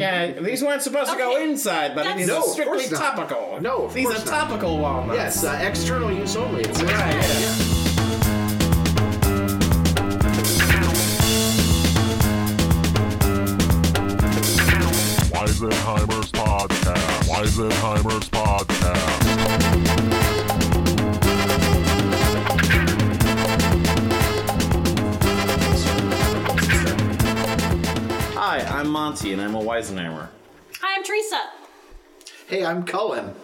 Yeah, these weren't supposed to go Okay. inside, but That's- these No, are of strictly course not. topical. No, of these course are not. topical walnuts. Yes, uh, external use only. It's Right. Weisenheimer's Podcast. Weisenheimer's Podcast. Hi, I'm Monty, and I'm a Weisenheimer. Hi, I'm Teresa. Hey, I'm Cullen.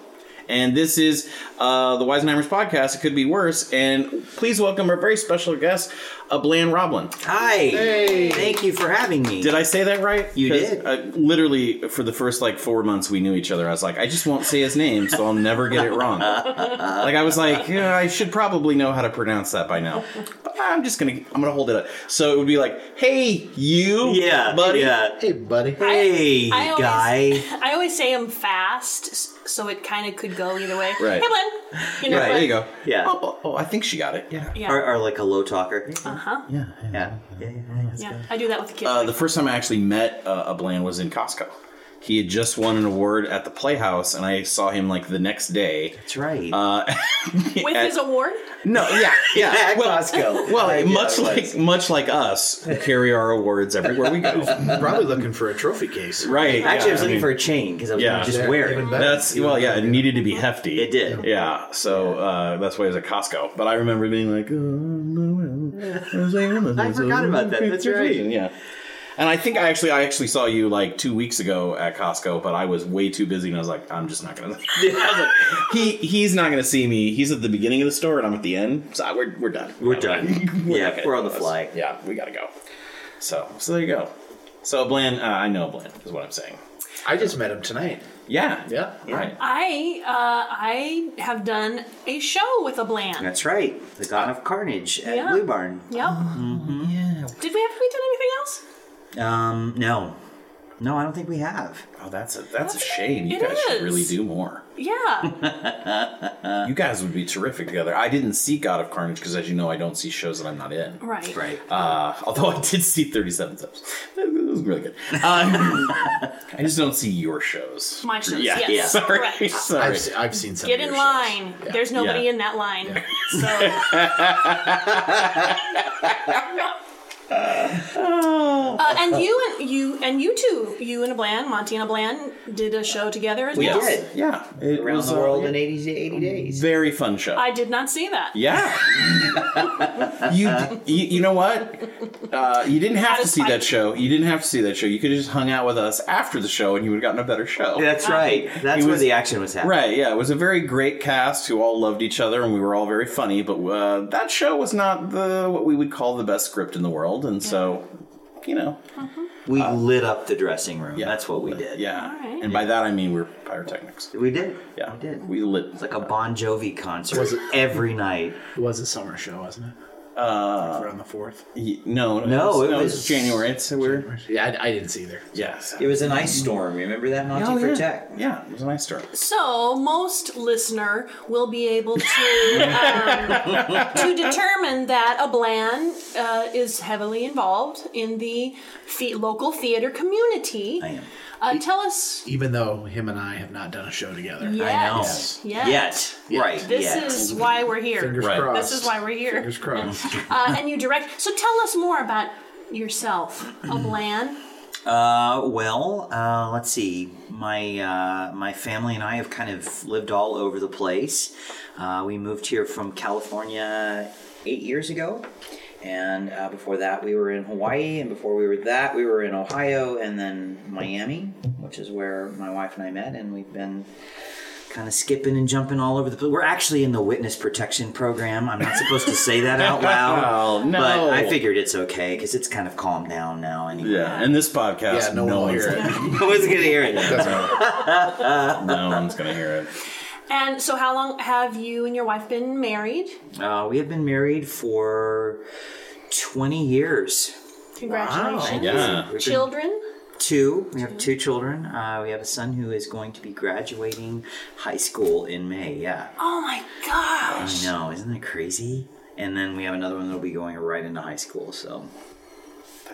And this is uh, the Weisenheimer's podcast. It could be worse. And please welcome our very special guest, Ablan Roblin. Hi. Thank you for having me. Did I say that right? You 'Cause, did. Uh, literally, for the first like four months we knew each other, I was like, I just won't say his name, so I'll never get it wrong. like I was like, yeah, I should probably know how to pronounce that by now. But I'm just gonna, I'm gonna hold it up. So it would be like, hey, you, yeah, buddy. Yeah. Hey, buddy. Hey, I always, guy. I always say I'm fast, s- so it kind of could go either way. Right. Hey, Blynn. You know, Right, There you go. Yeah. Oh, oh, oh, I think she got it. Yeah. Yeah. Or, or like a low talker. uh-huh. Yeah. Yeah. Yeah. yeah, Yeah. I do that with the kids. Uh, the first time I actually met uh, Ablan was in Costco. He had just won an award at the Playhouse, and I saw him like the next day. That's right. with his award? No, yeah, yeah. At well, Costco. Well, Right, yeah, much it like was. much like us, who carry our awards everywhere we go. Probably looking for a trophy case. right. Actually, I was yeah, looking mean, for a chain because I was Yeah. gonna just Yeah, wear even it. better. That's well, yeah. It needed to be hefty. It did. Yeah. So uh, that's why it was at Costco. But I remember being like, oh, no, I forgot about that. That's right. Yeah. And I think I actually I actually saw you like two weeks ago at Costco, but I was way too busy, and I was like, I'm just not gonna. I was like, he he's not gonna see me. He's at the beginning of the store, and I'm at the end. So we're we're done. We're done. We're not yeah, gonna we're on do the this. fly. Yeah, we gotta go. So, so there you go. So, Bland, uh, I know Bland is what I'm saying. I just met him tonight. Yeah, Yeah. right. I uh, I have done a show with a bland. That's right. The God of Carnage at Yeah. Blue Barn. Yep. Did we have we done anything else? Um, no, no, I don't think we have. Oh, that's a that's a shame. You It guys should is. really do more. Yeah. you guys would be terrific together. I didn't see God of Carnage because, as you know, I don't see shows that I'm not in. right. Right. Uh, although I did see 37 steps. It was really good. Um, I just don't see your shows. My shows, Yeah, yes, yeah. Sorry, correct. sorry. I've, se- I've seen some. Get of in your shows. line. There's nobody Yeah. in that line. So. Uh, and you and you and you two, you and Ablan, Monty and Ablan, did a show together as well. Yes. did. Yeah, it Around was the a world in eighty to eighty days. very fun show. I did not see that. Yeah. you, you you know what? Uh, you didn't have Had to a see spike. that show. You didn't have to see that show. You could have just hung out with us after the show, and you would have gotten a better show. That's right. That's It where was- the action was happening. Right, yeah, it was a very great cast who all loved each other, and we were all very funny. But uh, that show was not the what we would call the best script in the world, and so you know, We lit up the dressing room. That's what we did. yeah. Alright. And by that I mean we're pyrotechnics. we did. Yeah, we did. We lit. It's like a Bon Jovi concert Was it- every night. It was a summer show, wasn't it? Uh, around the fourth. y- no, No, it was, it no, was- January. It's a weird. Yeah, I, I didn't see either. Yes. It was an ice storm. Remember that, Monty Oh, for yeah. Tech? Yeah, it was a nice story. So most listener will be able to um, to determine that Ablan uh, is heavily involved in the the- local theater community. I am. Uh, tell us. Even though him and I have not done a show together. Yes. Yes. Yes. Yet. Right. This yet. is why we're here. Fingers Right. crossed. This is why we're here. Fingers crossed. Uh, and you direct. So tell us more about yourself, Mm-hmm. Ablan. Uh, well, uh, let's see. My uh, my family and I have kind of lived all over the place. Uh, we moved here from California eight years ago, and uh, before that we were in Hawaii, and before we were that we were in Ohio, and then Miami, which is where my wife and I met, and we've been kind of skipping and jumping all over the place. We're actually in the witness protection program. I'm not supposed to say that out loud, Oh, no. but I figured it's okay because it's kind of calmed down now. Anyway. Yeah, and this podcast, Yeah, no, one will one's hear it. I wasn't gonna hear it. no one's gonna hear it. And so, how long have you and your wife been married? Uh, we have been married for 20 years. Congratulations. Yeah. We've been Children. two. We have two children. Uh, we have a son who is going to be graduating high school in May. Yeah. Oh my gosh. I know. Isn't that crazy? And then we have another one that'll be going right into high school. So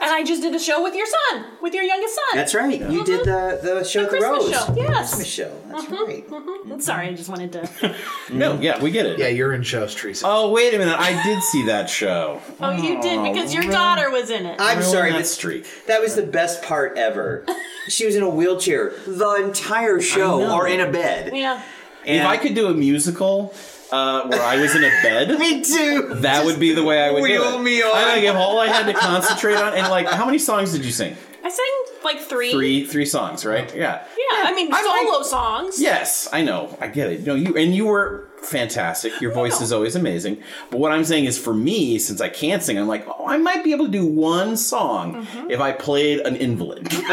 And I just did a show with your son, with your youngest son. That's right. You did the the show, the, Uh-huh. Rose, Christmas show, yes. Uh-huh. Christmas show. That's right. I'm sorry, I just wanted to. No, yeah, we get it. Yeah, you're in shows, Teresa. Oh, wait a minute. I did see that show. Oh, you did because your daughter was in it. I'm sorry, that but streak. that was the best part ever. she was in a wheelchair the entire show, know. or in a bed. yeah. If I could do a musical uh, where I was in a bed, me too. that would be the way I would do wheel it. me on. I like if all I had to concentrate on and like how many songs did you sing? I sang like three. Three three songs, right? Yeah. Yeah, I mean I like- solo songs. Yes, I know. I get it. No, you and you were fantastic. Your voice is always amazing. But what I'm saying is for me, since I can't sing, I'm like, oh, I might be able to do one song Mm-hmm. if I played an invalid.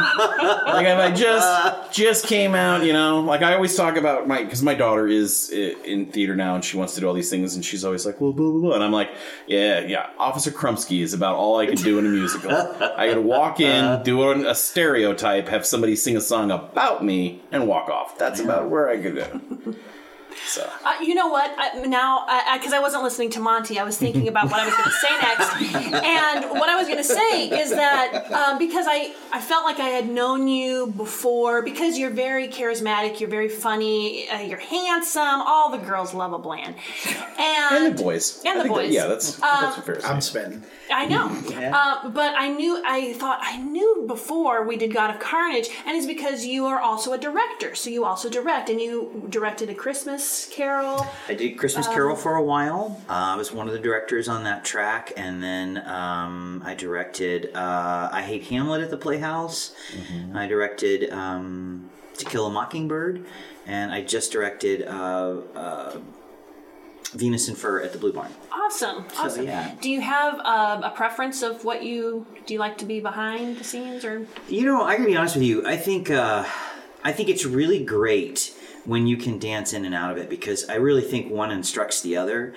like if I just just came out, you know. Like I always talk about my cuz my daughter is i- in theater now and she wants to do all these things and she's always like, "Well, blah blah blah." And I'm like, "Yeah, yeah. Officer Krumsky is about all I can do in a musical. I could walk in, do an, a stereotype, have somebody sing a song about me and walk off. That's about where I could go." So, Uh, you know what? I, now, because I, wasn't listening to Monty, I was thinking about what I was going to say next. And what I was going to say is that um, because I, I felt like I had known you before, because you're very charismatic, you're very funny, uh, you're handsome. All the girls love a bland. And, and the boys. and I the think that- boys. Um, yeah, that's that's fair. to say. I'm spitting. I know. Uh, but I knew, I thought, I knew before we did God of Carnage, and it's because you are also a director. So you also direct, and you directed A Christmas Carol. I did Christmas Carol for a while. Uh, I was one of the directors on that track, and then um, I directed uh, I Hate Hamlet at the Playhouse. I directed um, To Kill a Mockingbird, and I just directed uh, uh, Venus and Fur at the Blue Barn. Awesome. Awesome. yeah. Do you have uh, a preference of what you do? You like to be behind the scenes, or You know, I gotta be honest with you. I think uh, I think it's really great when you can dance in and out of it because I really think one instructs the other.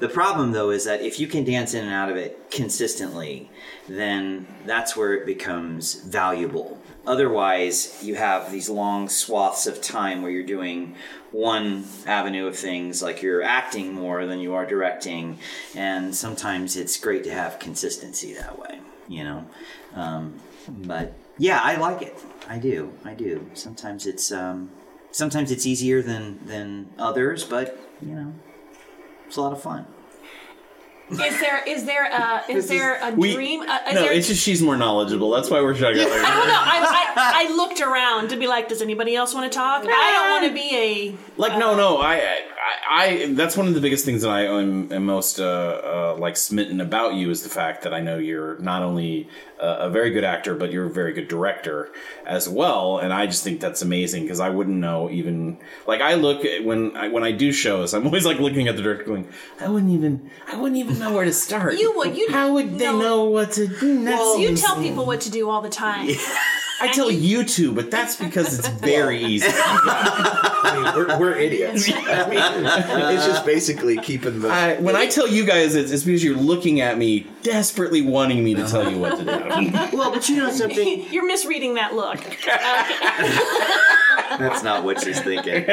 The problem though is that if you can dance in and out of it consistently, then that's where it becomes valuable. Otherwise, you have these long swaths of time where you're doing one avenue of things, like you're acting more than you are directing, and sometimes it's great to have consistency that way, you know? Um, but yeah, I like it. I do. I do. Sometimes it's um, sometimes it's easier than than others, but you know, it's a lot of fun. is there is there a is there a We- dream? Uh, is no, there, it's just she's more knowledgeable. That's why we're shouting out. I Like, don't know. I, I, I looked around to be like, does anybody else want to talk? I don't want to be like no, no. I, I, I. I- That's one of the biggest things that I am, am most uh, uh, like smitten about you is the fact that I know you're not only uh, a very good actor, but you're a very good director as well. And I just think that's amazing because I wouldn't know even like I look at when I, when I do shows, I'm always like looking at the director, going, I wouldn't even, I wouldn't even know where to start. You would- you'd How would they know- know what to do next? a. You tell people what to do all the time. I tell you to, but that's because it's very easy. I mean, we're, we're idiots. I mean, it's Uh, just basically keeping the. I, when I tell you guys it's, it's because you're looking at me desperately wanting me to tell you what to do. Well, but you know something. You're misreading that look. That's not what she's thinking.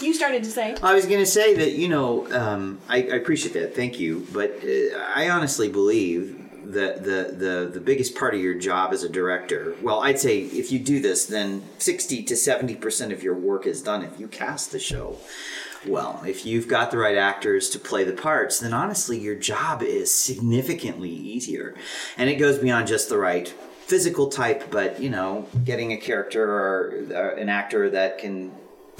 You started to say. I was going to say that you know um, I, I appreciate that. Thank you, but uh, I honestly believe that the, the the biggest part of your job as a director. Well, I'd say if you do this, then sixty to seventy percent of your work is done if you cast the show. Well, if you've got the right actors to play the parts, then honestly, your job is significantly easier, and it goes beyond just the right physical type, but you know, getting a character or uh, an actor that can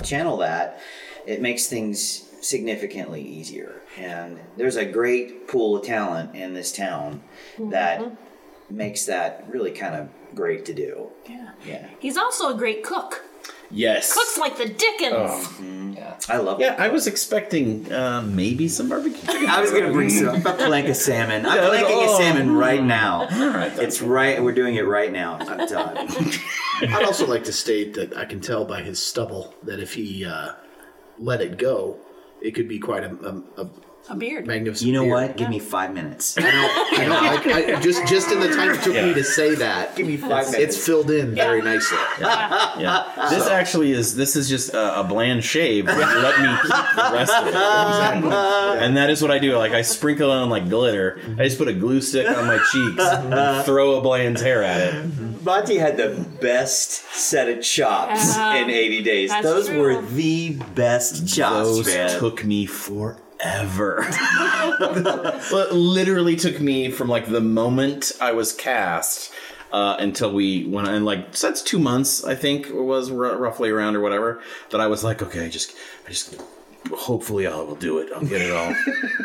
channel that, it makes things significantly easier. And there's a great pool of talent in this town that Mm-hmm. makes that really kind of great to do. Yeah. Yeah. He's also a great cook. Yes. Cooks like the Dickens. Oh. I love Yeah, I was expecting uh, maybe some barbecue. chicken. I was gonna bring some. I'm plank of salmon. I'm Yeah, planking oh. a salmon right now. All right, It's right. We're doing it right now. I'm done. I'd also like to state that I can tell by his stubble that if he uh, let it go, it could be quite a, a, a a beard. Magnificent. You know beard. what? Give me five minutes. I know, I, I, just just in the time it took me to say that, Give me five minutes. it's filled in very nicely. uh, Yeah. This actually is this is just a, a bland shave. but Let me keep the rest of it. And that is what I do. Like I sprinkle it on like glitter. I just put a glue stick on my cheeks and throw a bland's hair at it. Monty had the best set of chops Yeah. in 80 days. That's Those true. were the best chops, Those man. took me forever. Well, it literally took me from like the moment I was cast uh, until we went and like so that's two months I think it was r- roughly around or whatever that I was like okay I just I just hopefully I will do it I'll get it all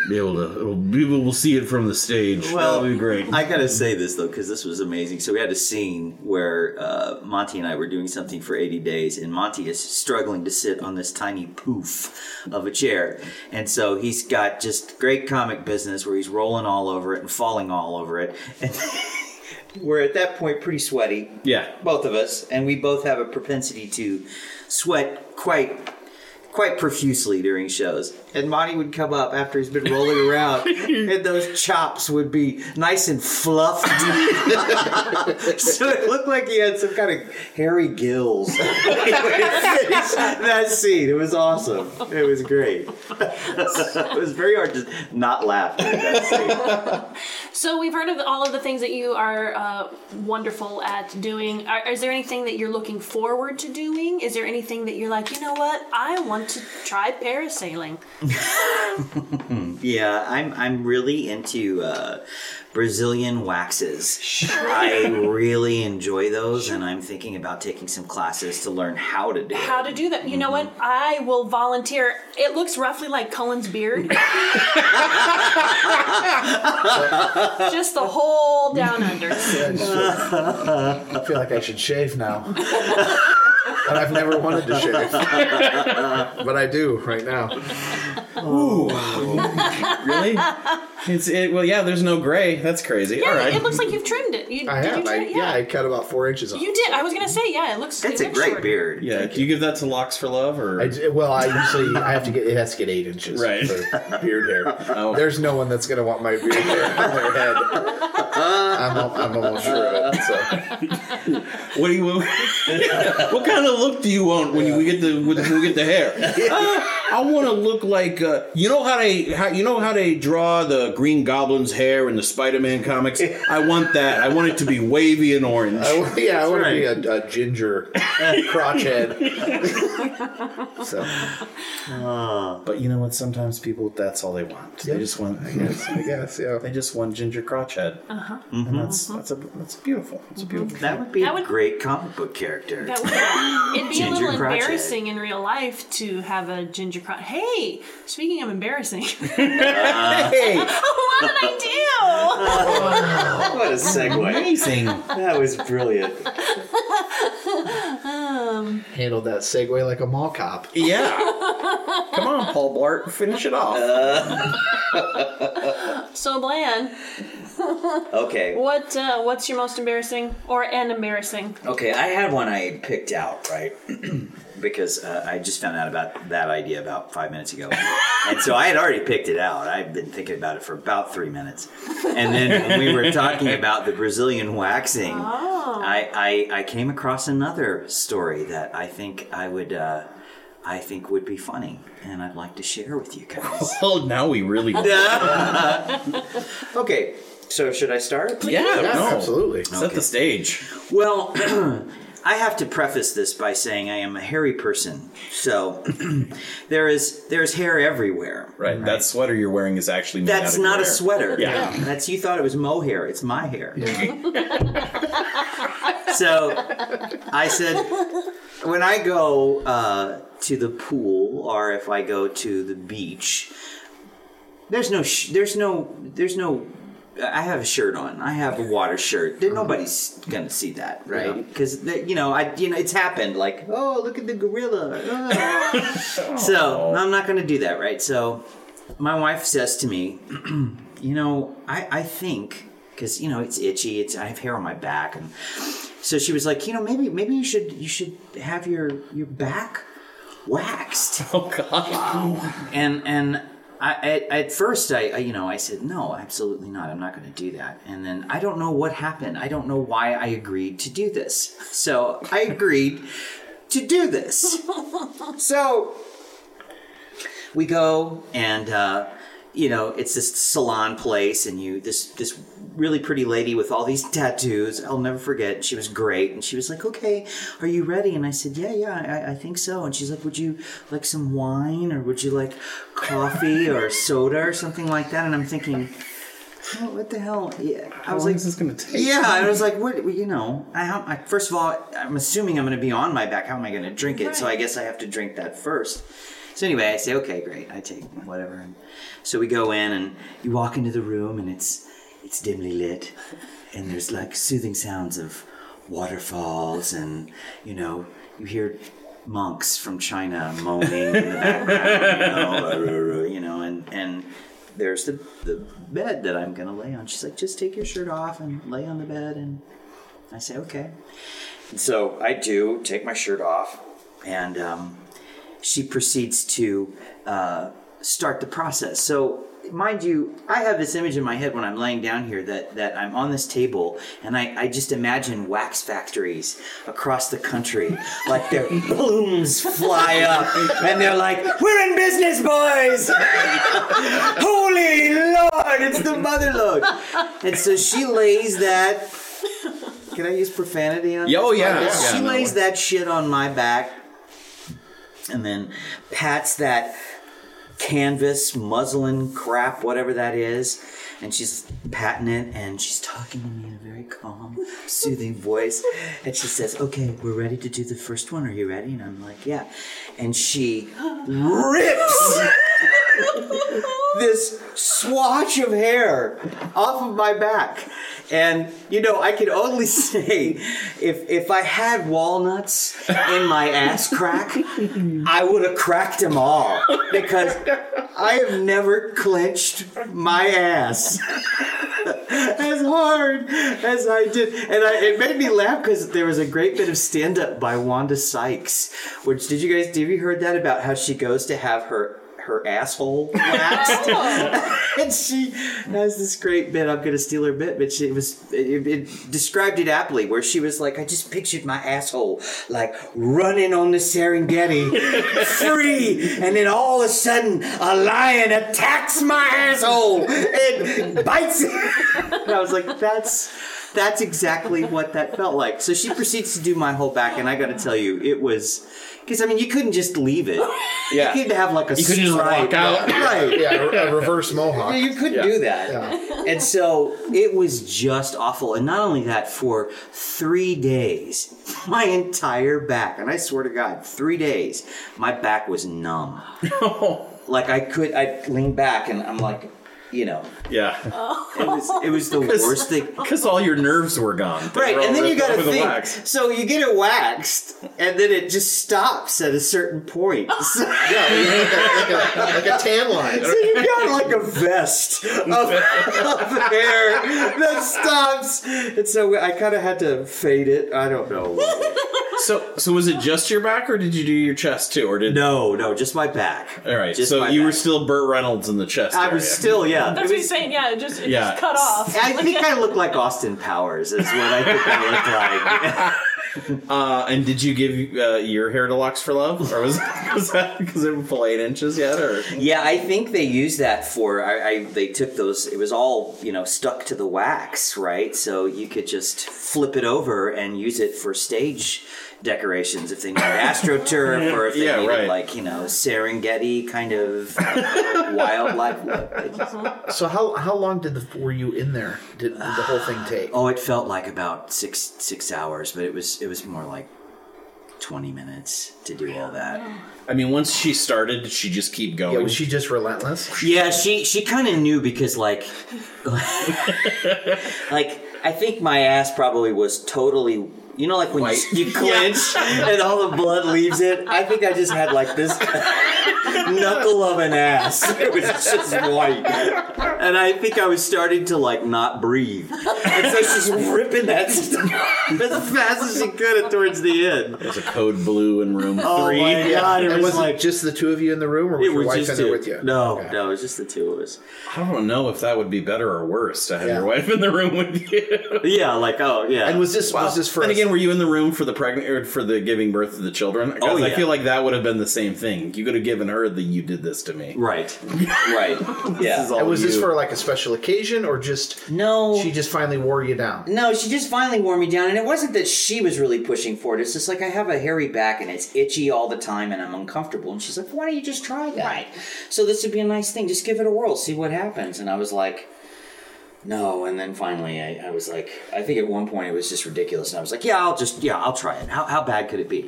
be able to it'll, people will see it from the stage Well, that'll be great I gotta say this though, because this was amazing. So we had a scene where uh, Monty and I were doing something for 80 days, and Monty is struggling to sit on this tiny poof of a chair, and so he's got just great comic business where he's rolling all over it and falling all over it, and we're at that point pretty sweaty. yeah both of us, and we both have a propensity to sweat quite quite profusely during shows. And Monty would come up after he's been rolling around, and those chops would be nice and fluffed. so it looked like he had some kind of hairy gills. that scene, it was awesome. It was great. it was very hard to not laugh. during that scene. So we've heard of all of the things that you are uh, wonderful at doing. Are, is there anything that you're looking forward to doing? Is there anything that you're like, you know what? I want to try parasailing. Yeah, I'm I'm really into uh, Brazilian waxes. I really enjoy those, and I'm thinking about taking some classes to learn how to do. it. How to do that? You know what? I will volunteer. It looks roughly like Cullen's beard. Just the whole down under. I feel like I should shave now, and I've never wanted to shave, but I do right now. really it's it well yeah there's no gray that's crazy Yeah, all right it looks like you've trimmed it. You, I did have. You I, trim it? yeah, I cut about four inches off. you did. I was gonna say, yeah, it looks. That's it a looks great shorter. beard. yeah do you give that to locks for love or I d well, I usually I have to get it has to get eight inches Right. for beard hair. Oh. There's no one that's gonna want my beard hair on their head. I'm, al- I'm almost sure of it. So. What do you? what kind of look do you want when we get the when we get the hair? Uh, I want to look like uh, you know how they how, you know how they draw the Green Goblin's hair in the Spider-Man comics. I want that. I want it to be wavy and orange. I w- yeah, I want to be a, a ginger crotch head. so But you know what? Sometimes people that's all they want. They just want. I guess, I guess yeah. they just want ginger crotch head, and that's that's a that's beautiful. It's a beautiful. That would be That would- a great comic book character. That would, it'd be a Ginger little crotchet. embarrassing in real life to have a ginger crotch. Hey, speaking of embarrassing, Hey, what did I what a segue! amazing! that was brilliant. Handled that segue like a mall cop. Yeah. Come on, Paul Blart, finish it off. do? So, Blan, Okay. what uh, what's your most embarrassing or an embarrassing? Okay, I had one I picked out, right? because uh, I just found out about that idea about five minutes ago. and so I had already picked it out. I've been thinking about it for about three minutes. And then when we were talking about the Brazilian waxing, Oh. I, I, I came across another story that I think I would. Uh, I think would be funny, and I'd like to share with you guys. Well, Oh, now we really. Yeah. okay, so should I start? Yeah, no. absolutely. Set the stage. Well, I have to preface this by saying I am a hairy person, so there is there's hair everywhere. Right. That sweater you're wearing is actually made That's out of not your a hair. sweater. Yeah. That's you thought it was mohair. It's my hair. so I said when I go uh, to the pool or if I go to the beach, there's no sh- there's no there's no I have a shirt on. I have a water shirt. Then Nobody's gonna see that, right? Because you know, I you know, it's happened. Like, oh, look at the gorilla. Ah. so I'm not gonna do that, right? So my wife says to me, you know, I I think because you know it's itchy. It's I have hair on my back, and so she was like, you know, maybe maybe you should you should have your your back waxed Oh God. and and I, at, at first, I, I you know I said no, absolutely not. I'm not going to do that. And then I don't know what happened. I don't know why I agreed to do this. So I agreed to do this. So we go and uh, you know it's this salon place and you this this really pretty lady with all these tattoos i'll never forget she was great and she was like okay are you ready and i said yeah yeah i, I think so and she's like would you like some wine or would you like coffee or soda or something like that and i'm thinking "Oh, what the hell yeah i was long like is this gonna take? yeah i was like what you know I, how- I first of all i'm assuming i'm going to be on my back how am i going to drink it so i guess i have to drink that first so anyway i say okay great i take whatever and so we go in and you walk into the room and it's it's dimly lit and there's like soothing sounds of waterfalls and you know you hear monks from china moaning in the background you know, you know and and there's the, the bed that I'm gonna lay on. She's like, just take your shirt off and lay on the bed. And I say, okay. And so I do take my shirt off, and um, she proceeds to uh, start the process. So, mind you, I have this image in my head when I'm laying down here that, that I'm on this table and I, I just imagine wax factories across the country. Like their plumes fly up and they're like, We're in business, boys! Holy Lord, it's the mother lode. And so she lays that. Can I use profanity on Yeah, oh, this yeah, podcast? yeah, She no lays worries. that shit on my back and then pats that canvas muslin crap whatever that is and she's patting it and she's talking to me in a very calm soothing voice and she says okay we're ready to do the first one are you ready and i'm like yeah and she rips this swatch of hair off of my back. And you know, I can only say if if I had walnuts in my ass crack, I would have cracked them all because I have never clenched my ass as hard as I did. And I, it made me laugh because there was a great bit of stand up by Wanda Sykes, which did you guys, have you heard that about how she goes to have her her asshole waxed and she has this great bit i'm gonna steal her bit but she it was it, it described it aptly where she was like i just pictured my asshole like running on the serengeti free and then all of a sudden a lion attacks my asshole and bites it and I was like, that's that's exactly what that felt like. So she proceeds to do my whole back, and I got to tell you, it was because I mean, you couldn't just leave it. Yeah. you had to have like a You couldn't just stripe. walk out. right? Yeah, a, a reverse Yeah, mohawk. You could do that. And so it was just awful. And not only that, for three days, my entire back, and I swear to God, three days, my back was numb. Oh, like I could, I lean back and I'm like, you know, Yeah, it was, it was the worst thing. because all your nerves were gone. They Right, were all and then you ripped got off to with the think. wax. So you get it waxed, and then it just stops at a certain point. So, like, a, like a tan line. so you got like a vest of, of hair that stops, and so I kind of had to fade it. I don't know. So, so was it just your back, or did you do your chest too, or did? No, no, just my back. All right, just so my you were back. still Burt Reynolds in the chest. I area. was still, yeah. That's what he's saying. Yeah, it just, it Yeah. just cut off. I think I look like Austin Powers. Is what I think I look like. Uh, and did you give uh, your hair to Locks for Love, or was, was that because it was full eight inches yet? Or Yeah, I think they used that for. I, I they took those. It was all you know stuck to the wax, right? So you could just flip it over and use it for stage decorations if they needed astroturf or if they Yeah, needed right. like you know Serengeti kind of wildlife look. They just- So how how long did the were you in there? Did, did the whole thing take? oh, it felt like about six six hours, but it was it was more like twenty minutes to do all that. I mean, once she started, did she just keep going? Yeah, was she just relentless? Yeah, she she kind of knew because like, like I think my ass probably was totally. You know, like when you, you clench and all the blood leaves it. I think I just had like this knuckle of an ass. It was just white. and I think I was starting to like not breathe. And so she's ripping that stuff as fast as she could it towards the end. It's a code blue in room three. Oh, my god, it And was was like it just the two of you in the room, or was it your was wife in just there two. with you? No, Okay. no, it was just the two of us. I don't know if that would be better or worse to have Yeah. your wife in the room with you. Yeah, like oh yeah. And was this was this for And us- again, were you in the room for the pregnant or for the giving birth to the children? 'Cause Oh, I yeah. feel like that would have been the same thing. You could have given her the "you did this to me." right, right. yeah. all And was this you. for like a special occasion, or just No. she just finally wore you down? no, she just finally wore me down, and it wasn't that she was really pushing for it. It's just like I have a hairy back, and it's itchy all the time, and I'm uncomfortable. And she's like, "Why don't you just try that?" Right. So this would be a nice thing. Just give it a whirl, see what happens. And I was like, "No." And then finally, I, I was like, I think at one point it was just ridiculous, and I was like, "Yeah." Yeah, I'll just yeah, I'll try it. How how bad could it be?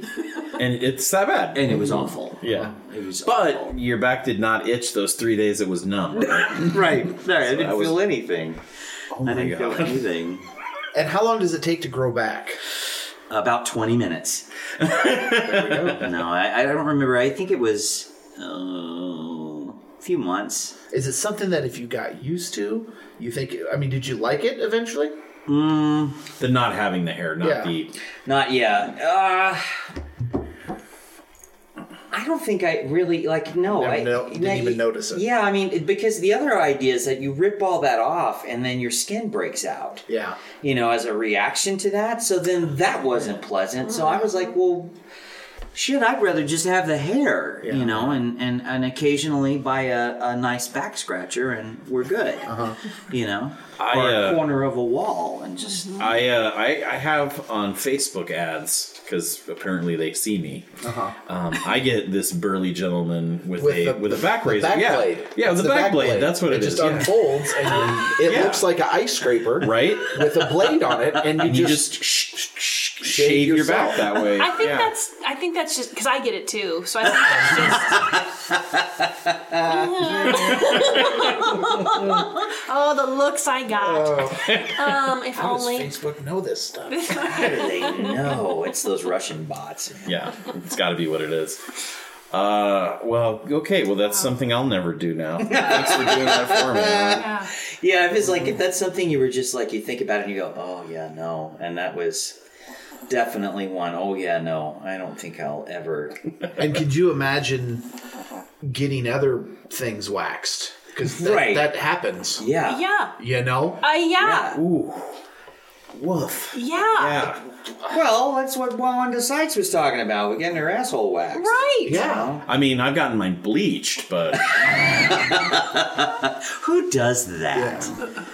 and it's that bad. And it was awful. yeah, It was but awful. your back did not itch those three days. It was numb. Oh right. Sorry, I didn't I was- feel anything. Oh my I didn't feel god! anything. And how long does it take to grow back? About twenty minutes. no, I, I don't remember. I think it was uh, a few months. Is it something that if you got used to, you think? I mean, did you like it eventually? The not having the hair, not Yeah. the Not yet. Uh, I don't think I really like. No, Never I no- didn't yeah, even notice it. Yeah, I mean, it- because the other idea is that you rip all that off, and then your skin breaks out. Yeah. You know, as a reaction to that. So then that wasn't pleasant. So I was like, well. Shit, I'd rather just have the hair, you know, and, and, and occasionally buy a, a nice back scratcher and we're good, you know, I, or uh, a corner of a wall and just I, uh, I I have on Facebook ads because apparently they see me. Uh-huh. Um, I get this burly gentleman with, With a the- with a back the razor. back yeah, blade. yeah, with It's a back, blade. That's what it it just is. yeah. unfolds, and it Yeah. looks like an ice scraper, Right? With a blade on it, and you And you just, just sh- sh- sh- shave your yourself. back that way. I think yeah. that's I think that's just because I get it too. So I think that's just. oh, the looks I Oh. got. um, if How does only. Facebook know this stuff? No, it's those Russian bots. yeah, it's got to be what it is. Uh, well, okay, well that's something I'll never do now. Thanks for doing that for me. Yeah. Yeah, if it's like if that's something you were just like you think about it and you go, oh yeah, no, and that was definitely one. Oh yeah, no, I don't think I'll ever. And could you imagine getting other things waxed? Because that, Right. that happens. Yeah, Yeah. You know? Uh, yeah. Ooh, woof. Yeah. Yeah, Well, that's what Juan de Sites was talking about. We're getting her asshole waxed. Right. Yeah. I mean I've gotten mine bleached, but. who does that?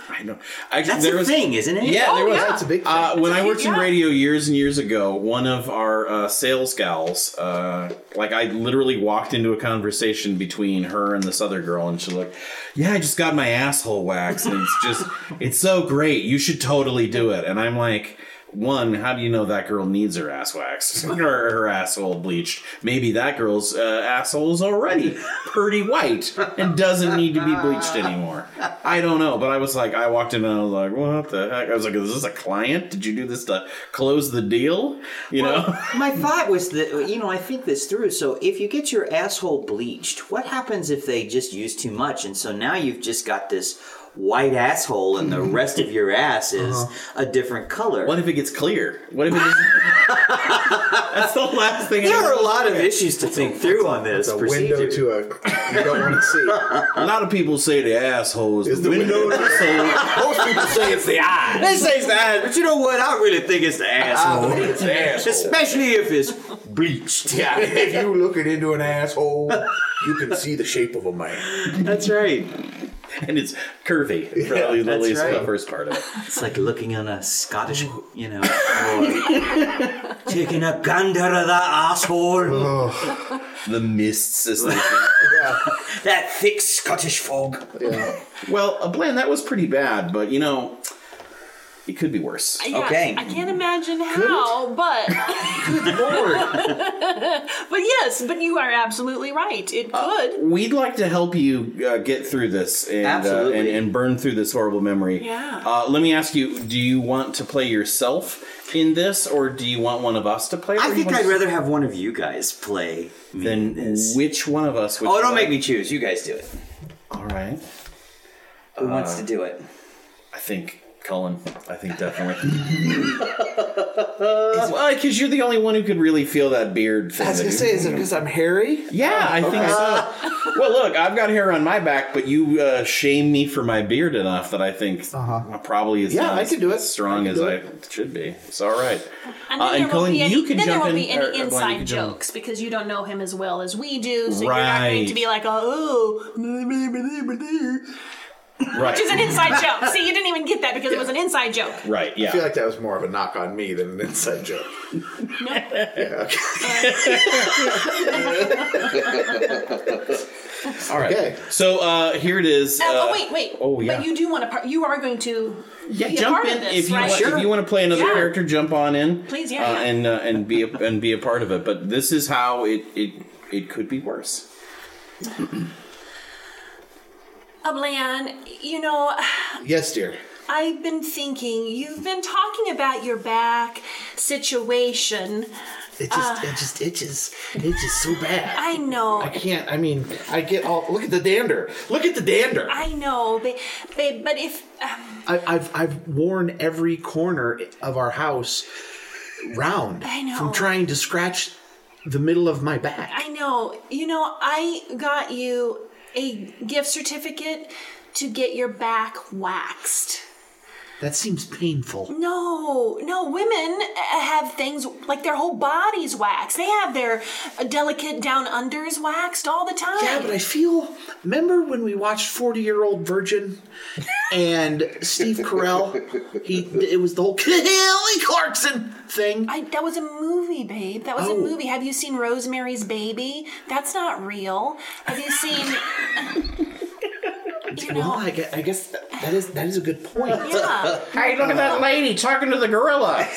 I know. Actually, That's there a was, thing, isn't it? Yeah, there was. That's a big thing. Uh, when I worked in Yeah. radio years and years ago, one of our uh, sales gals, uh, like I literally walked into a conversation between her and this other girl, and she's like, "Yeah, I just got my asshole waxed, and it's just, it's so great. You should totally do it." And I'm like. One, how do you know that girl needs her ass waxed or her asshole bleached? Maybe that girl's uh, asshole is already pretty white and doesn't need to be bleached anymore. I don't know, but I was like, I walked in and I was like, what the heck? I was like, is this a client? Did you do this to close the deal? You know? My thought was that you know I think this through. So if you get your asshole bleached, what happens if they just use too much, and so now you've just got this white asshole, and the rest of your ass is Uh-huh. a different color. What if it gets clear? What if it just... That's the last thing I There are a ever... lot of issues to think through on this It's a procedure. window to a you don't want to see. A lot of people say the asshole is, Is the the window to window. the soul. Most people say it's the eye. They say it's the eye, but you know what? I really think it's Uh-huh. the asshole. It's an asshole. Especially if it's bleached. Yeah, if you look it into an asshole, you can see the shape of a man. That's right. And it's curvy. Probably the that's least the right. first part of it. It's like looking on a Scottish, you know, or taking a gander at that asshole. The mists is the... Yeah, That thick Scottish fog. yeah. Well, uh, Bland, that was pretty bad, but you know... It could be worse. Yeah, Okay. I can't imagine how, but but yes, but you are absolutely right. It Uh, could. We'd like to help you uh, get through this and, uh, Absolutely. and and burn through this horrible memory. Yeah. Uh, let me ask you: Do you want to play yourself in this, or do you want one of us to play? I Or you think want I'd to- rather have one of you guys play me in Then this. which one of us? Would Oh, you don't like? make me choose. You guys do it. All right. Uh-huh. Who wants to do it? I think Cullen. I think definitely. well, because you're the only one who could really feel that beard thing. I was that gonna you- say, is it because I'm hairy? yeah, I think so. Oh, well, look, I've got hair on my back, but you uh, shame me for my beard enough that I think I'm probably is Yeah, not I as can do it. strong I can as do I it. should be. It's all right. And Uh, then and there Colin, won't be any, you can then there jump won't in- be or- any or Blaine, you inside can jump in. jokes because you don't know him as well as we do, so you're not going to Right. be like, oh, which Right. is an inside joke. See, you didn't even get that because it was an inside joke. right. Yeah. I feel like that was more of a knock on me than an inside joke. Uh, Yeah. all right. Okay. So uh, here it is. oh, uh, oh, wait, wait. oh, yeah. But you do want to. Par- you are going to. Yeah, be a jump part of in this, if you right? want, if you want to play another Yeah. character. Jump on in, Please, yeah, uh, yeah. and uh, and be a, and be a part of it. But this is how it it it could be worse. Ablan, uh, you know, Yes, dear. I've been thinking. You've been talking about your back situation. It Ah. just, it just itches, itches so bad. I know. I can't. I mean, I get all. Look at the dander. Look at the dander. I know, babe. babe but if um, I, I've I've worn every corner of our house round I know. from trying to scratch the middle of my back. I know. You know, I got you a gift certificate to get your back waxed. that seems painful. No, no, women uh, have things like their whole bodies waxed. They have their uh, delicate down unders waxed all the time. Yeah, but I feel. Remember when we watched Forty Year Old Virgin and Steve Carell? He it was the whole Kelly Clarkson thing. I- that was a movie, babe. That was Oh. a movie. Have you seen Rosemary's Baby? That's not real. Have you seen? you Well, know, Oh, I guess, I guess that- that is that is a good point. yeah. Hey, look at that lady talking to the gorilla.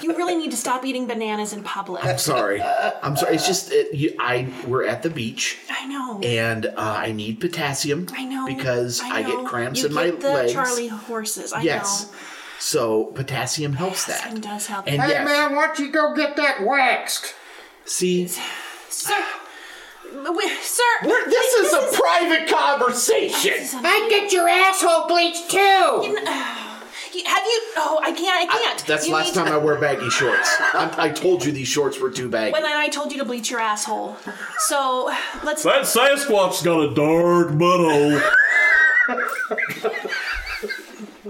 You really need to stop eating bananas in public. I'm sorry. I'm sorry. It's just it, you, I we're at the beach I know. and uh, I need potassium. I know because I, know. get cramps You in my get the legs. Charlie horses. I yes. know. So potassium helps Potassium that. does help. And Hey, yes, man, why don't you go get that waxed? see, Sir, we, sir, We're- this is a private conversation. I get your asshole bleached too. You- Have you? Oh, I can't. I can't. That's you last need- time I wore baggy shorts. I, I told you these shorts were too baggy. When I, I told you to bleach your asshole. So let's. That Sasquatch's got a dark butthole.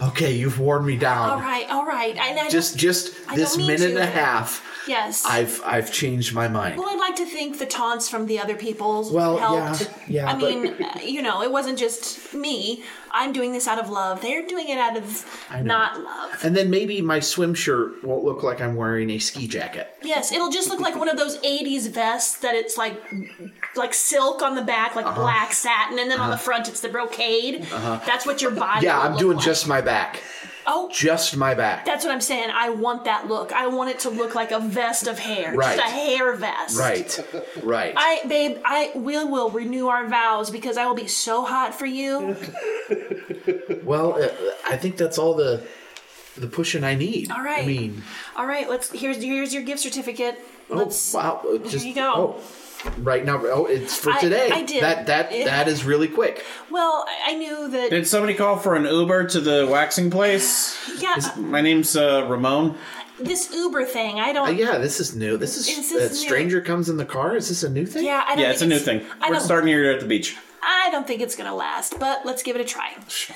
okay, you've worn me down. All right. All right. And I Just, just I this don't need minute and you. a half, yes. I've, I've changed my mind. well, I'd like to think the taunts from the other people Well, helped. yeah, yeah, I but- mean, uh, you know, it wasn't just me. I'm doing this out of love. They're doing it out of not love. and then maybe my swim shirt won't look like I'm wearing a ski jacket. Yes, it'll just look like one of those '80s vests that it's like, like silk on the back, like Uh-huh. black satin, and then on the front it's the brocade. That's what your body. Yeah, will I'm look doing like. just my back. Oh, Just my back. That's what I'm saying. I want that look. I want it to look like a vest of hair, Right. just a hair vest. Right. Right. I, babe, I will will renew our vows because I will be so hot for you. Well, uh, I think that's all the the pushing I need. All right. I mean, All right, let's. Here's here's your gift certificate. Let's. wow. uh, Just, you go. Oh, right now. Oh, it's for I- today. I did. That that Yeah. that is really quick. Well, I- I knew that. Did somebody call for an Uber to the waxing place? yeah, My name's uh, Ramon. this Uber thing. I Uh, don't. yeah, this is new. This is, This is uh, new. stranger comes in the car. Is this a new thing? Yeah, I don't Yeah, think it's a new thing. I We're don't. starting here at the beach. I don't think it's gonna last, but let's give it a try.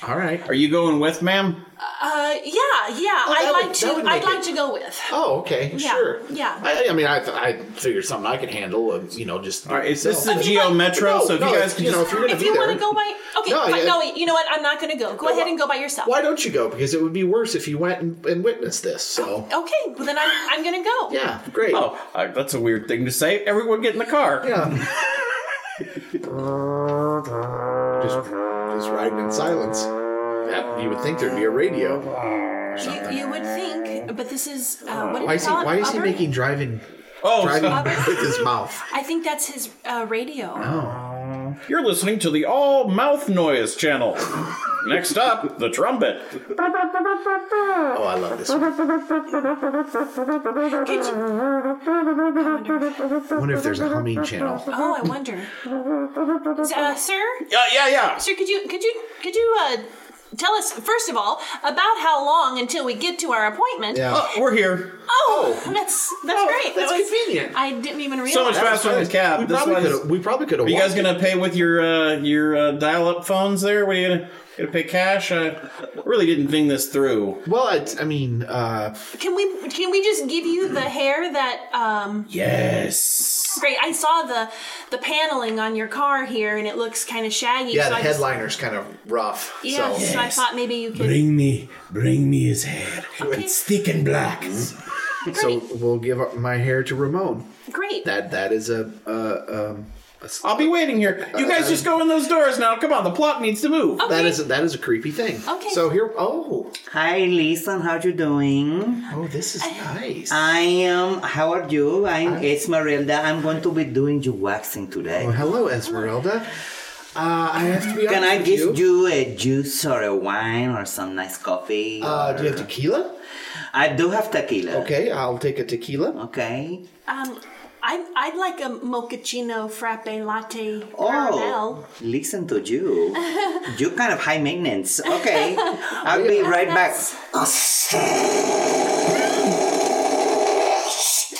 All right. Are you going with, ma'am? Uh, yeah, yeah. Oh, that I'd like would- to. that would I'd make like it- to go with. Oh, okay. Yeah, Sure. yeah. I, I mean, I I figured something I could handle. Uh, you know, just All right, is this No. the Geo Metro? No, so if no, you guys can you know, just if you're gonna If be you there, want to go by, okay, No, no, yeah. no, wait, you know what? I'm not gonna go. Go ahead and go by yourself. why don't you go? Because it would be worse if you went and, and witnessed this. So Okay, well then I'm, I'm gonna go. yeah, great. Oh, uh, that's a weird thing to say. Everyone get in the car. Just, just riding in silence. That, you would think there'd be a radio. You, you would think, but this is uh, what Oh, do Why you is he? call it? Why is he Upper? making driving Oh, so- driving with his mouth? I think that's his uh, radio. Oh, you're listening to the All Mouth Noise channel. Next up, the trumpet. Oh, I love this. One. Could you- I wonder if there's a humming channel. oh, I wonder. Uh, sir, Yeah, yeah, yeah. Sir, could you could you could you uh, tell us first of all about how long until we get to our appointment? Yeah. Oh, we're here. Oh, that's that's Oh, great. that's That was- convenient. I didn't even realize. So much faster than the We cab. This probably one. could. Are We probably could have. you guys gonna pay with your uh, your uh, dial-up phones there? What are you gonna gonna pay cash? I really didn't think this through. Well, it's, I mean, uh, Can we can we just give you the hair that? Um, Yes. great. I saw the the paneling on your car here, and it looks kind of shaggy. yeah, so the I just- headliner's kind of rough. Yeah, So. so I thought maybe you could. Bring me, bring me his hair. It's thick and black. So we'll give up my hair to Ramon. Great. That that is a. Uh, um, a s- I'll be waiting here. You guys just go in those doors now. Come on, the plot needs to move. okay. That is a, that is a creepy thing. Okay. So here, oh, Hi, Lisa. How you doing? oh, this is nice. Uh, I am. How are you? I'm Esmeralda. I'm going to be doing your waxing today. Well, hello, Esmeralda. Uh, I have to be Can honest I with give you. you? a juice or a wine or some nice coffee? Uh, do you have tequila? I do have tequila. Okay, I'll take a tequila. Okay. um, I I'd like a mochaccino frappe latte Oh, caramel. listen to you. you kind of high maintenance. Okay. I'll be right back.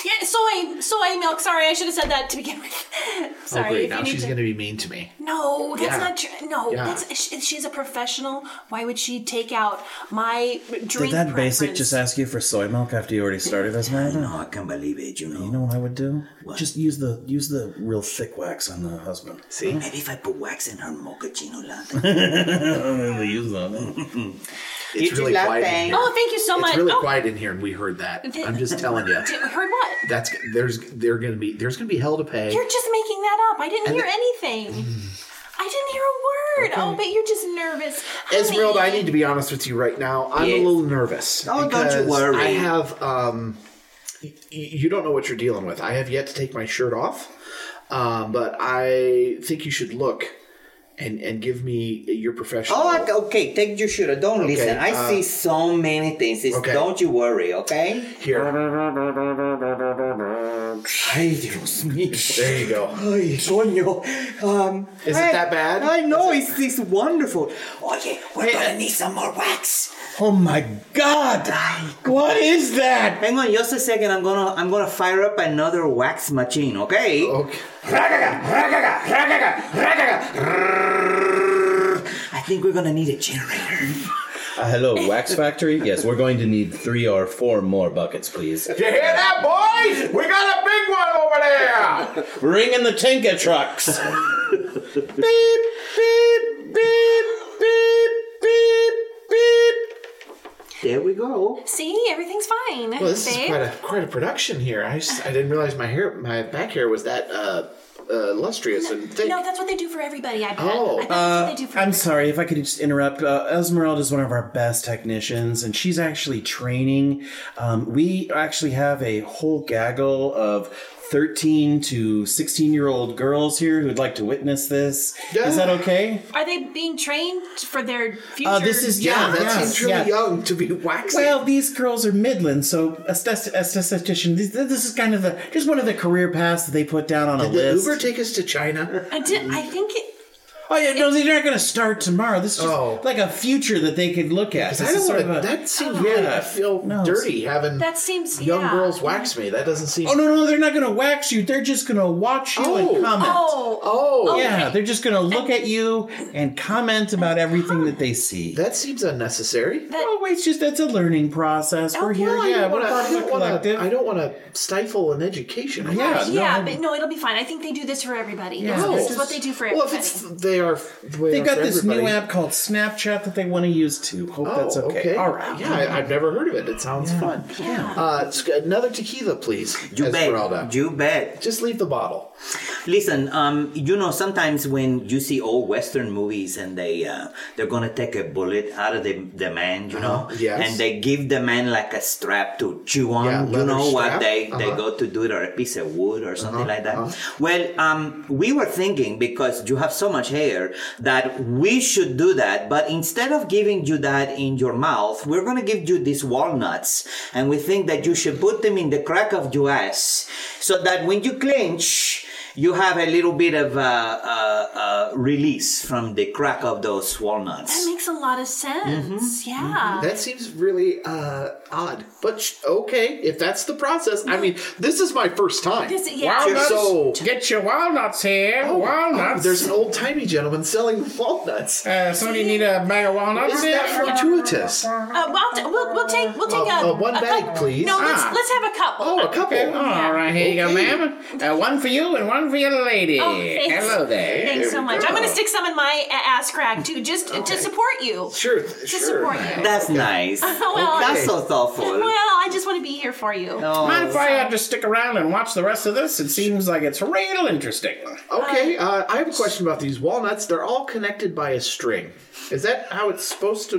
Yeah, soy soy milk. Sorry, I should have said that to begin with. Sorry. oh, great. if you Now need she's to- going to be mean to me. No, that's Yeah. not true. No, Yeah. that's she, she's a professional. Why would she take out my drink? Did that basic preference? just ask you for soy milk after you already started as man? Oh, I can't believe it, you know. You know what I would do? Just use the use the real thick wax on the husband. See? Maybe if I put wax in her mochaccino latte. use that. It's really quiet in here. Oh, thank you so much. It's really oh, quiet in here, and we heard that. Th- I'm just telling you. d- heard what? That's there's they're going to be there's going to be hell to pay. You're just making that up. I didn't hear anything. I didn't hear a word. Oh, but you're just nervous. Esmeralda, I Honey. need to be honest with you right now. I'm a Yes. little nervous. Oh, don't you because worry. I have um y- y- you don't know what you're dealing with. I have yet to take my shirt off. Um, but I think you should look and and give me your professional. Oh, okay, okay, take your shirt. Don't listen. I uh, see so many things. It's, okay. Don't you worry, okay? here. Ay, Dios mío. There you go. Ay, coño. Um, Is it I- that bad? I know, it's, it's wonderful. Oh, yeah, we're uh, gonna need some more wax. Oh my god! What is that? Hang on just a second. I'm gonna I'm gonna fire up another wax machine, okay? Okay. I think we're gonna need a generator. Uh, hello, wax factory? Yes, we're going to need three or four more buckets, please. You hear that, boys? We got a big one over there. Bring in the Tinka trucks! beep, beep, beep, beep, beep, beep. There we go. See, everything's fine. Well, this is babe. quite a quite a production here. I just, I didn't realize my hair, my back hair was that uh, uh, lustrous and thick. no, that's what they do for everybody. I bet. Oh, I bet that's what they do for I'm sorry if I could just interrupt. Uh, Esmeralda is one of our best technicians, and she's actually training. Um, we actually have a whole gaggle of 13 to 16 year old girls here who'd like to witness this. Is that okay? Are they being trained for their future? Uh, this is yeah, yeah, that yes, seems really yeah. young to be waxing. Well, these girls are Midland, so esthetician. This, this is kind of the just one of the career paths that they put down on a Did the list. Uber take us to China? I, did, I think it. oh yeah, no, they're not going to start tomorrow. This is just Oh. like a future that they could look at. This I is don't sort want of a, to. That seems really. I feel No, it's- dirty having That seems young yeah. girls wax me. That doesn't seem. Oh no, no, they're not going to wax you. They're just going to watch you Oh. and comment. Oh, Oh, Yeah, they're just going to look at you and comment about everything that they see. that seems unnecessary. that- oh, it's just that's a learning process. We're here. Oh, Well, I yeah, don't we're wanna- part I of a don't want collective. to. I don't want to stifle an education. I Yeah, guess. no, Yeah, I- but no, it'll be fine. I think they do this for everybody. It's- No. This is what they do for Well, everybody. if it's they are, they, They are got for this new everybody. Oh, app called Snapchat that they want to use too. Hope that's Oh, okay. All right. Yeah, I, I've never heard of it. It sounds fun. Uh, it's- another tequila, please. You bet. Esmeralda. You bet. Just leave the bottle. Listen, um, you know, sometimes when you see old Western movies and they uh, they're gonna take a bullet out of the, the man, you know, Uh-huh. yes. and they give the man like a strap to chew on. Yeah, you leather know what strap. they they Uh-huh. go to do it or a piece of wood or something like that. Well, um, we were thinking because you have so much hair that we should do that, but instead of giving you that in your mouth, we're gonna give you these walnuts, and we think that you should put them in the crack of your ass so that when you clench. You have a little bit of uh, uh, uh, release from the crack of those That walnuts. makes a lot of sense. Yeah. Mm-hmm. That seems really uh, odd, but sh- okay, if that's the process. I mean, this is my first time. This- yeah. Walnuts. So, Get your walnuts here. oh, there's an old timey gentleman selling walnuts. Uh, somebody need a bag of walnuts? Is that fortuitous? Uh, well, t- we'll, we'll take we'll take Uh, a, uh, one a bag, couple. please. No, Ah. let's let's have a couple. Oh, a couple. Okay. All right, here you Okay. go, ma'am. Uh, one for you and one for your lady. Oh, thanks. Hello there. Thanks so much. I'm gonna stick some in my a- ass crack too, just to support you. Sure, To sure. support you. That's nice. well, That's so thoughtful. well, I just want to be here for you. Oh. Mind if I had to stick around and watch the rest of this? It seems like it's real interesting. Okay, uh, I have a question about these walnuts. They're all connected by a string. Is that how it's supposed to?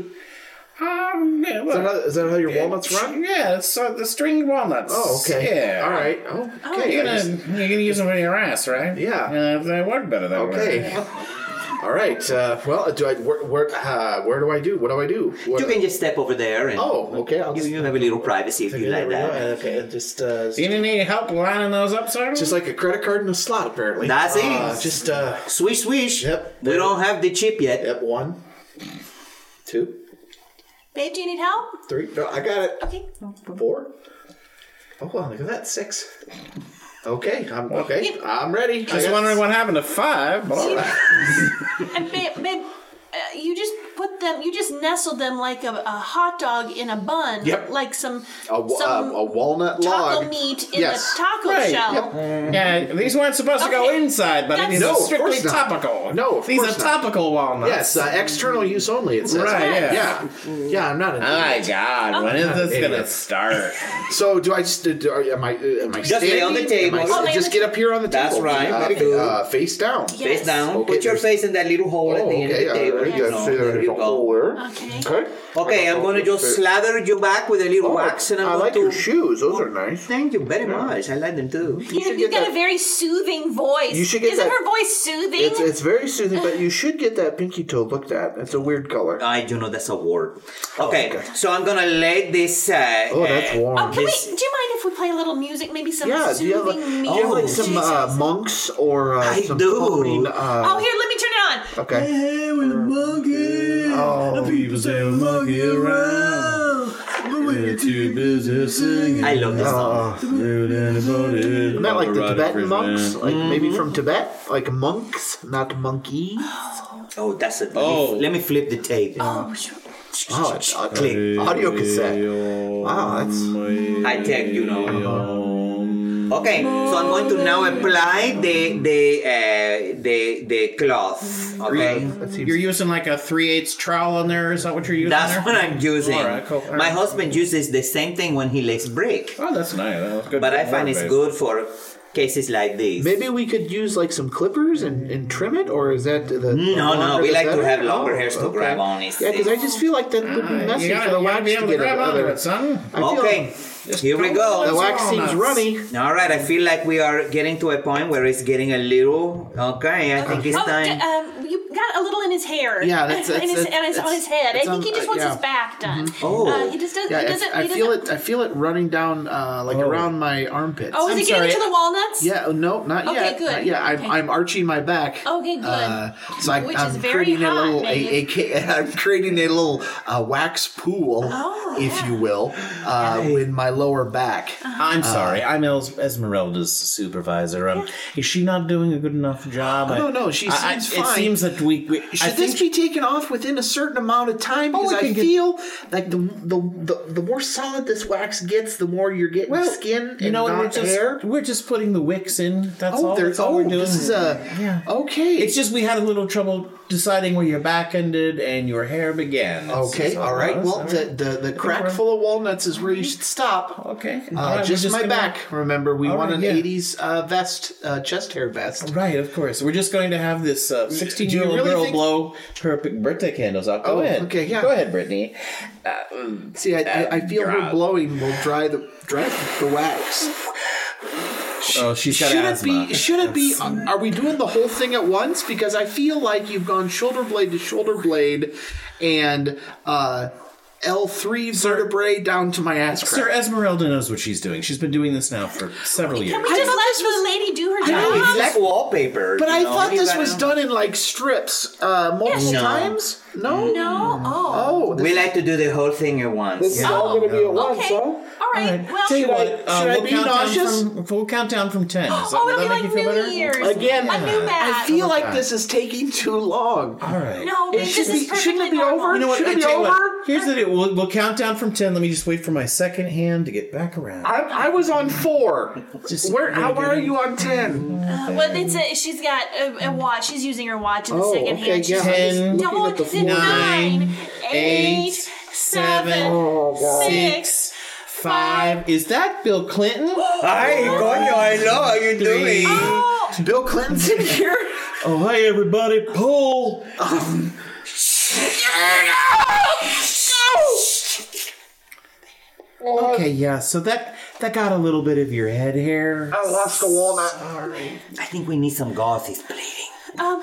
Um, yeah, Is well, that how, is that how your walnuts run? Yeah, it's uh, the stringed walnuts. Oh, okay. Yeah. All right. Oh, okay. You're I gonna, just- you're gonna use them in your ass, right? Yeah. Uh, they work better that way. okay. All right. Uh, well, do I where where, uh, where do I do? What do I do? What- You can just step over there and Oh, okay. I'll you, just you have a little privacy if you Yeah, like there we go. that. Okay, and just uh, Do you need help lining those up, sir? just like a credit card in a slot, apparently. That's it. Uh, just uh, swish, swish. Yep. We don't have the chip yet. yep, one, two, Babe, do you need help? three. No, I got it. Okay. Four. Oh well, look at that. Six. Okay, I'm okay. I'm ready. I just got- wondering what happened to five. But all right. And babe, babe uh, you just put them. You just nestled them like a, a hot dog in a bun. Yep. Like some A, wa- some uh, a walnut taco log. meat in Yes. the taco Right. shell. Yep. yeah, these weren't supposed to go Okay. inside, but That's- these No, are of strictly course not. topical. No, of these course are not. topical walnuts. Yes, uh, external use only. It says. Right. Yeah. Yeah. Yeah. I'm not an Oh idiot. my God! When Oh. is this Idiot. gonna start? So do I just do, do, am I uh, am I Just lay on the standing? Am table. I sit- Oh, lay on just the get up here on the That's table. right, Uh, very good. uh, face down. Oh, uh, Yes. Face down. Okay, Put your there's- face in that little hole at the end of the table. alright, You yeah, know, so there there's you a go. hole there. Okay. Okay. Oh, Okay, I'm going to just slather you back with a little wax, and I'm I going like to. your shoes. Those are nice. Thank you very much. I like them too. You, should have get got that- a very soothing voice. You should get Isn't that- her voice soothing? It's it's very soothing, but you should get that pinky toe looked at. It's a weird color. I you know that's a word. Okay, Oh, okay. so I'm gonna let this. Uh, Oh, that's uh, warm. oh, can this- we, do you mind if we play a little music? Maybe some yeah, do you have like, soothing do music. you have like Oh, some uh, monks or uh, I some do. Halloween, uh, oh, here, let me turn it on. okay. Hey, with a monkey. Oh. people say a monkey around, but when you're too busy singing, I love this song. Uh, isn't that like the Tibetan monks? Like maybe Mm-hmm. from Tibet? Like monks, not monkeys. Oh, that's it. Let, Oh. me, let me flip the uh, tape. Oh, sure. Oh, it's a Click. audio cassette. Wow, that's high tech, you know. Okay, so I'm going to now apply the the uh, the the cloth. Okay, You're using like a three eighths trowel in there. Is that what you're using? that's there? what I'm using. Alright, cool. My Alright. husband uses the same thing when he lays brick, Oh, that's nice. That was good. but I find it's Warm-based. good for cases like this. maybe we could use like some clippers and, and trim it, or is that the No, no, we like to have longer hair hairs to grab on. Mm, It's- Oh, Yeah, because I just feel like that would be messy You gotta, for the you gotta wax be to able to get grab onto it, other. son. I feel Okay, here we the go. wax seems walnuts. runny. All right, I feel like we are getting to a point where it's getting a little okay. I think it's oh, time. d- um, you got a little in his hair. Yeah, that's- and, that's- his, that's- and it's on his head. I it's think he on- just uh, wants yeah. Mm-hmm. his back done. Oh. uh, he just does, Yeah, he I- doesn't. I, he feel doesn't, it. I feel it running down, uh, like Oh. around my armpits. Oh, is I'm it getting sorry. to the walnuts? Yeah, oh, no, not Okay, yet. good. Not yet. I'm, Okay. I'm arching my back. Okay, good. Uh, so I, Which I'm is very creating hot, a little, a, maybe. a, ca- I'm creating a little uh, wax pool, Oh, if yeah. Uh-huh. you will, uh, in my lower back. I'm sorry. I'm Els- Esmeralda's supervisor. Um, Is she not doing a good enough job? No, no, she seems It fine. seems that we. we I Should think this be taken off within a certain amount of time? Because we I can get- feel like the, the the the more solid this wax gets, the more you're getting Well, skin you and know, not we're just hair. we're just putting the wicks in. That's Oh, all. there- That's all we're oh, doing. This is a yeah. okay. It's just we had a little trouble deciding where your back ended and your hair began. That's- Okay, that's all right. it was. Well, the, the, the crack we're- full of walnuts is where you should stop. okay. All Uh, right, just we're my gonna- back. Remember, we All want right, an yeah. 80s uh, vest, uh, chest hair vest. Right, of course. We're just going to have this uh, 16 year Do old you really girl think- blow her p- birthday candles out. Go Oh, ahead. okay, yeah. Go ahead, Brittany. See, I, I, I feel her God. blowing will dry the dry the wax. Oh, she's got should asthma. it be? Should it be? uh, Are we doing the whole thing at once? Because I feel like you've gone shoulder blade to shoulder blade, and uh, L three vertebrae down to my ass Sir crack. Esmeralda knows what she's doing. She's been doing this now for several years. Can we just let the lady do her I know job? exactly- That's wallpaper. But you I know, thought you this gotta- was done in like strips, uh, multiple No. times. No, No. Oh. Oh, this We like to do the whole thing at once. is all going to be at once, Okay. huh? All right. Well, Tell you what, should uh, I we'll, be count down nauseous? from, we'll count down from 10. Is that- oh, will it'll be that make like you New feel better? Year's. Again, a new bat. I feel like this is taking too long. All right. No, It this should is be- shouldn't it perfectly be normal. over? You know what? Should it I be tell you what, over? here's the deal. We'll, we'll count down from 10. Let me just wait for my second hand to get back around. I, I was on four. Just- Where? How where are you on ten? Well, it's a, she's got a, a watch. She's using her watch in the Oh, second okay, hand. yeah. She's Ten, Looking Don't at the floor. nine, Nine, eight, eight, seven, seven, six, six, five. Is that Bill Clinton? Hi, Coño, I know how you're Three. doing. Oh, Bill Clinton's in here. Oh, hi, everybody. Pull. Okay, yeah. So that that got a little bit of your head hair. I lost a walnut. I think we need some gauze. He's bleeding. um,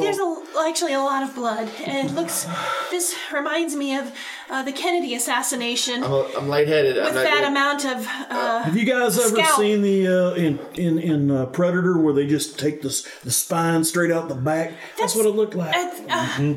there's a, actually a lot of blood, and it looks. This reminds me of uh, the Kennedy assassination I'm, I'm lightheaded. with that amount of. Uh, Have you guys ever Scalp. seen the uh, in in in uh, Predator where they just take the s- the spine straight out the back? That's, what it looked like. uh, uh,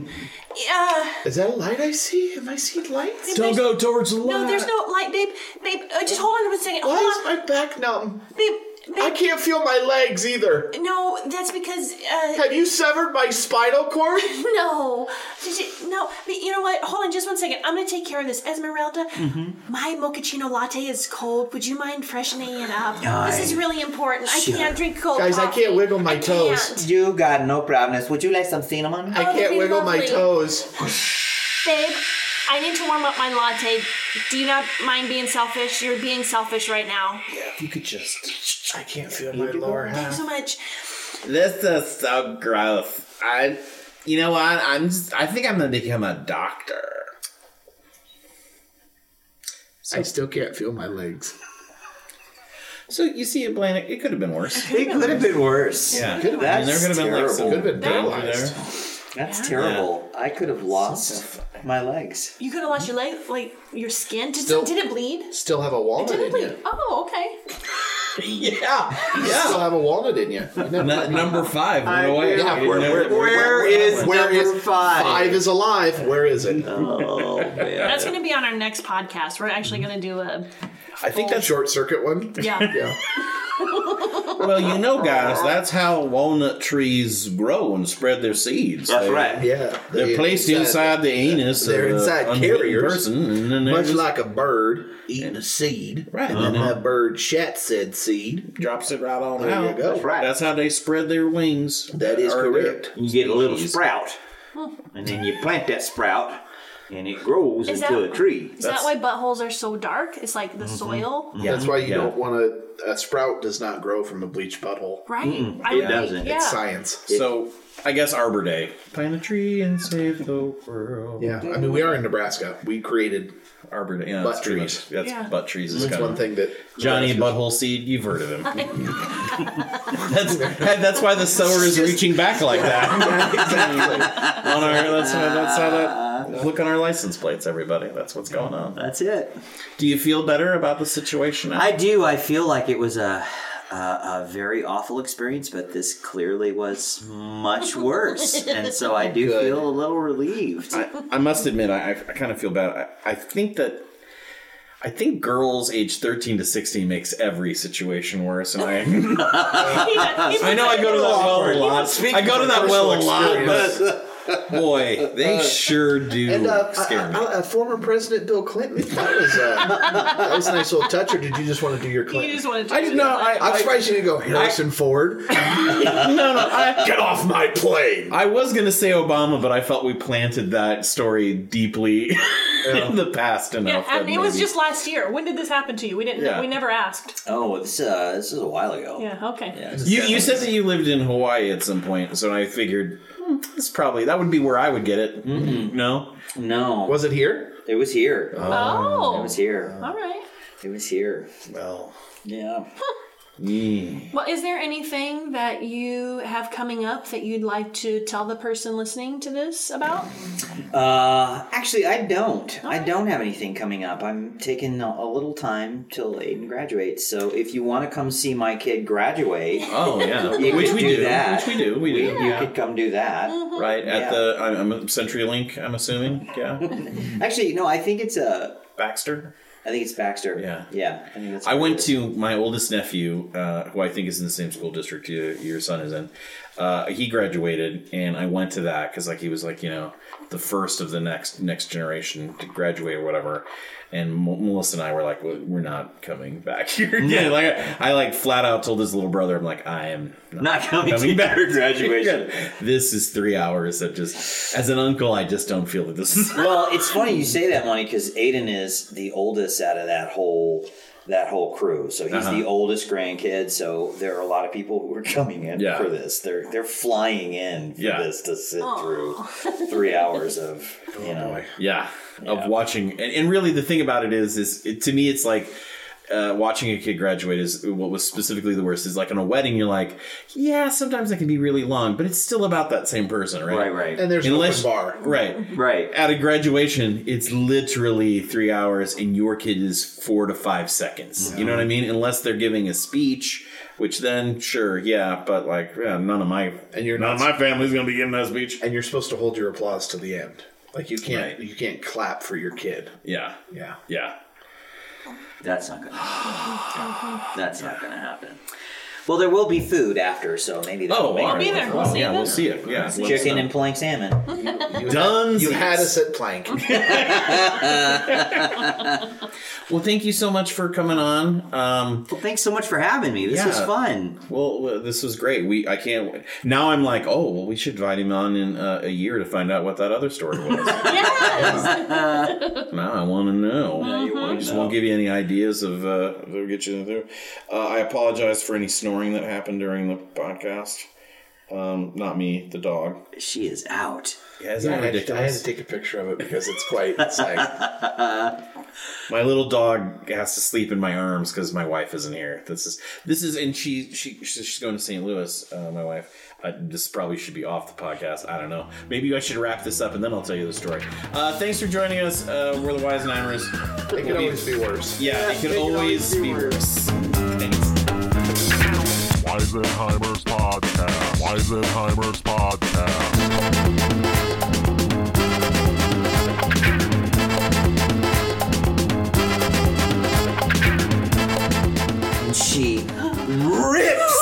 uh, Is that a light I see? Am I seeing lights? Don't go towards the light. no, there's no light, babe. Babe, uh, just hold on one second. Hold Why on, is my back numb? babe. I babe can't feel my legs either. no, that's because. Uh, Have you severed my spinal cord? No, Did you- no. But you know what? Hold on, just one second. I'm gonna take care of this, Esmeralda. Mm-hmm. My mochaccino latte is cold. Would you mind freshening it up? This is really important. I can't drink cold. Guys, I coffee. can't wiggle my I toes. can't. You got no problems. Would you like some cinnamon? I Oh, that'd can't be wiggle my lovely. toes. babe. I need to warm up my latte. Do you not mind being selfish? You're being selfish right now. You could just. I can't feel my lower Thank you so much. This is so gross. I, you know what? I'm. Just, I think I'm gonna become a doctor. I still can't feel my legs. So you see, Atlantic. It could have been worse. It could have been worse. Yeah. That's I mean, there could have been like some. terrible. Could have been paralyzed. That's terrible. I could have lost my legs. You could have lost your leg, like your skin. Did, Still- did it bleed? Still have a walnut Did it in bleed? you. Oh, okay. Yeah. Still have a walnut in you. You know? N- number five went away. Yeah, You where- know- where- Where is Where is number five? Five Uh, is alive. Where is it? That's gonna be on our next podcast. We're actually gonna do a I think that short circuit one. yeah. Yeah. well, you know, guys, that's how walnut trees grow and spread their seeds. That's right. Yeah. They're placed inside the anus. They're of the inside unbitten carriers. Person, and then they Much just like a bird eating a seed. Right. Uh-huh. And then that bird shat said seed. drops it right on There out. you go. Right. That's how they spread their wings. That is Or their- correct. You get a little Jeez. sprout, and then you plant that sprout, and it grows Is into that- a tree. Is that why buttholes are so dark? It's like Mm-hmm. the soil, That's why you Yeah. don't want to. A sprout does not grow from a bleached butthole. right? I would Mm-hmm. doesn't. Think, yeah. Science. So I guess Arbor Day. Plant a tree and save the world. Yeah. Mm-hmm. I mean, we are in Nebraska. We created. Arbor Day. Yeah, Butt that's trees. trees. That's Yeah. butt trees. Is That's kind one of thing that. Johnny Butthole Seed. You've heard of him. that's that's why the sower is reaching back like that. on our that's how, that's how that look on our license plates, everybody. That's what's going on. That's it. Do you feel better about the situation? now? I do. I feel like it was a, a a very awful experience, but this clearly was much worse, and so I do feel a little relieved. I, I must admit, I, I kind of feel bad. I, I think that I think girls aged thirteen to sixteen makes every situation worse, and I I know I go to that well a lot. I go to that well a lot, but Boy, they sure do And uh, scare me. uh, uh, former President Bill Clinton. That was, uh, that was a nice little touch. Or did you just want to do your Clinton? You just want to. I did not. I, I'm I, surprised you didn't go Harrison Ford. no, no. I, Get off my plane. I was going to say Obama, but I felt we planted that story deeply in the past Yeah, enough. and that it was maybe- just last year. When did this happen to you? We didn't. Yeah. We never asked. Oh, this uh, this is a while ago. Yeah. Okay. Yeah, it's- You, you said that you lived in Hawaii at some point, so I figured hmm, this probably that would be where I would get it. Mm-hmm. Mm-hmm. No, no, Was it here? it was here. Oh. It was here. All right. It was here. Well, Yeah. Well, is there anything that you have coming up that you'd like to tell the person listening to this about? Uh, actually, I don't. I don't have anything coming up. I'm taking a, a little time till Aiden graduates. So if you want to come see my kid graduate, oh yeah, You which could we do do, that. which we do, we do, you could come do that. right at Yeah. the I'm, I'm CenturyLink, I'm assuming, yeah, Actually, no. I think it's a. Baxter. I think it's Baxter. Yeah. Yeah. I, think that's I what went it is. to my oldest nephew, uh, who I think is in the same school district you, your son is in. Uh, he graduated, and I went to that because like he was like you know the first of the next next generation to graduate or whatever. And M- Melissa and I were like, "Well, we're not coming back here. yeah, like I, I like flat out told his little brother, I'm like, I am not, Not coming, coming to back. your graduation. This is three hours that just as an uncle, I just don't feel that this is. Well, it's funny you say that, Monty, because Aiden is the oldest out of that whole that whole crew. So Uh-huh. he's the oldest grandkid. So there are a lot of people who are coming in Yeah. for this. They're they're flying in for Yeah. this to sit through three hours of you know. yeah, of watching and, and really the thing about it is is it, to me it's like uh, watching a kid graduate is what was specifically the worst is like on a wedding you're like yeah sometimes it can be really long but it's still about that same person right Right, right, and there's Unless- an open bar. right right. at a graduation it's literally three hours and your kid is four to five seconds you know what i mean unless they're giving a speech which then sure yeah but like yeah, none of my And you're none not, of my family's gonna be giving that speech and you're supposed to hold your applause to the end. Like you can't Right. you can't clap for your kid. yeah Yeah. yeah That's not gonna. Happen. That's not gonna happen. Well, there will be food after, so Oh, maybe that will make all it be there. worthwhile. We'll see yeah you we'll then. see it yeah let us Chicken know. and plank salmon. done You had us at plank. Well, thank you so much for coming on. Um, Well, thanks so much for having me. This was Yeah. fun. well, well, this was great. We I can't now. I'm like, oh, well, we should invite him on in uh, a year to find out what that other story was. Yes. now I want to know. you I wanna just know. won't give you any ideas of uh, that will get you through. Uh, I apologize for any snoring that happened during the podcast. Um, not me, the dog. She is out. Yeah, I isn't that had, to, I had ridiculous? to take a picture of it because it's quite. It's like, My little dog has to sleep in my arms because my wife isn't here. This is this is, and she she she's going to St. Louis. Uh, my wife. Uh, this probably should be off the podcast. I don't know. Maybe I should wrap this up and then I'll tell you the story. Uh, thanks for joining us. Uh, we're the Wise Niners. it could always be worse. Yeah, it can always be worse. Thanks. Weisenheimer's Podcast. Weisenheimer's Podcast. And she ripped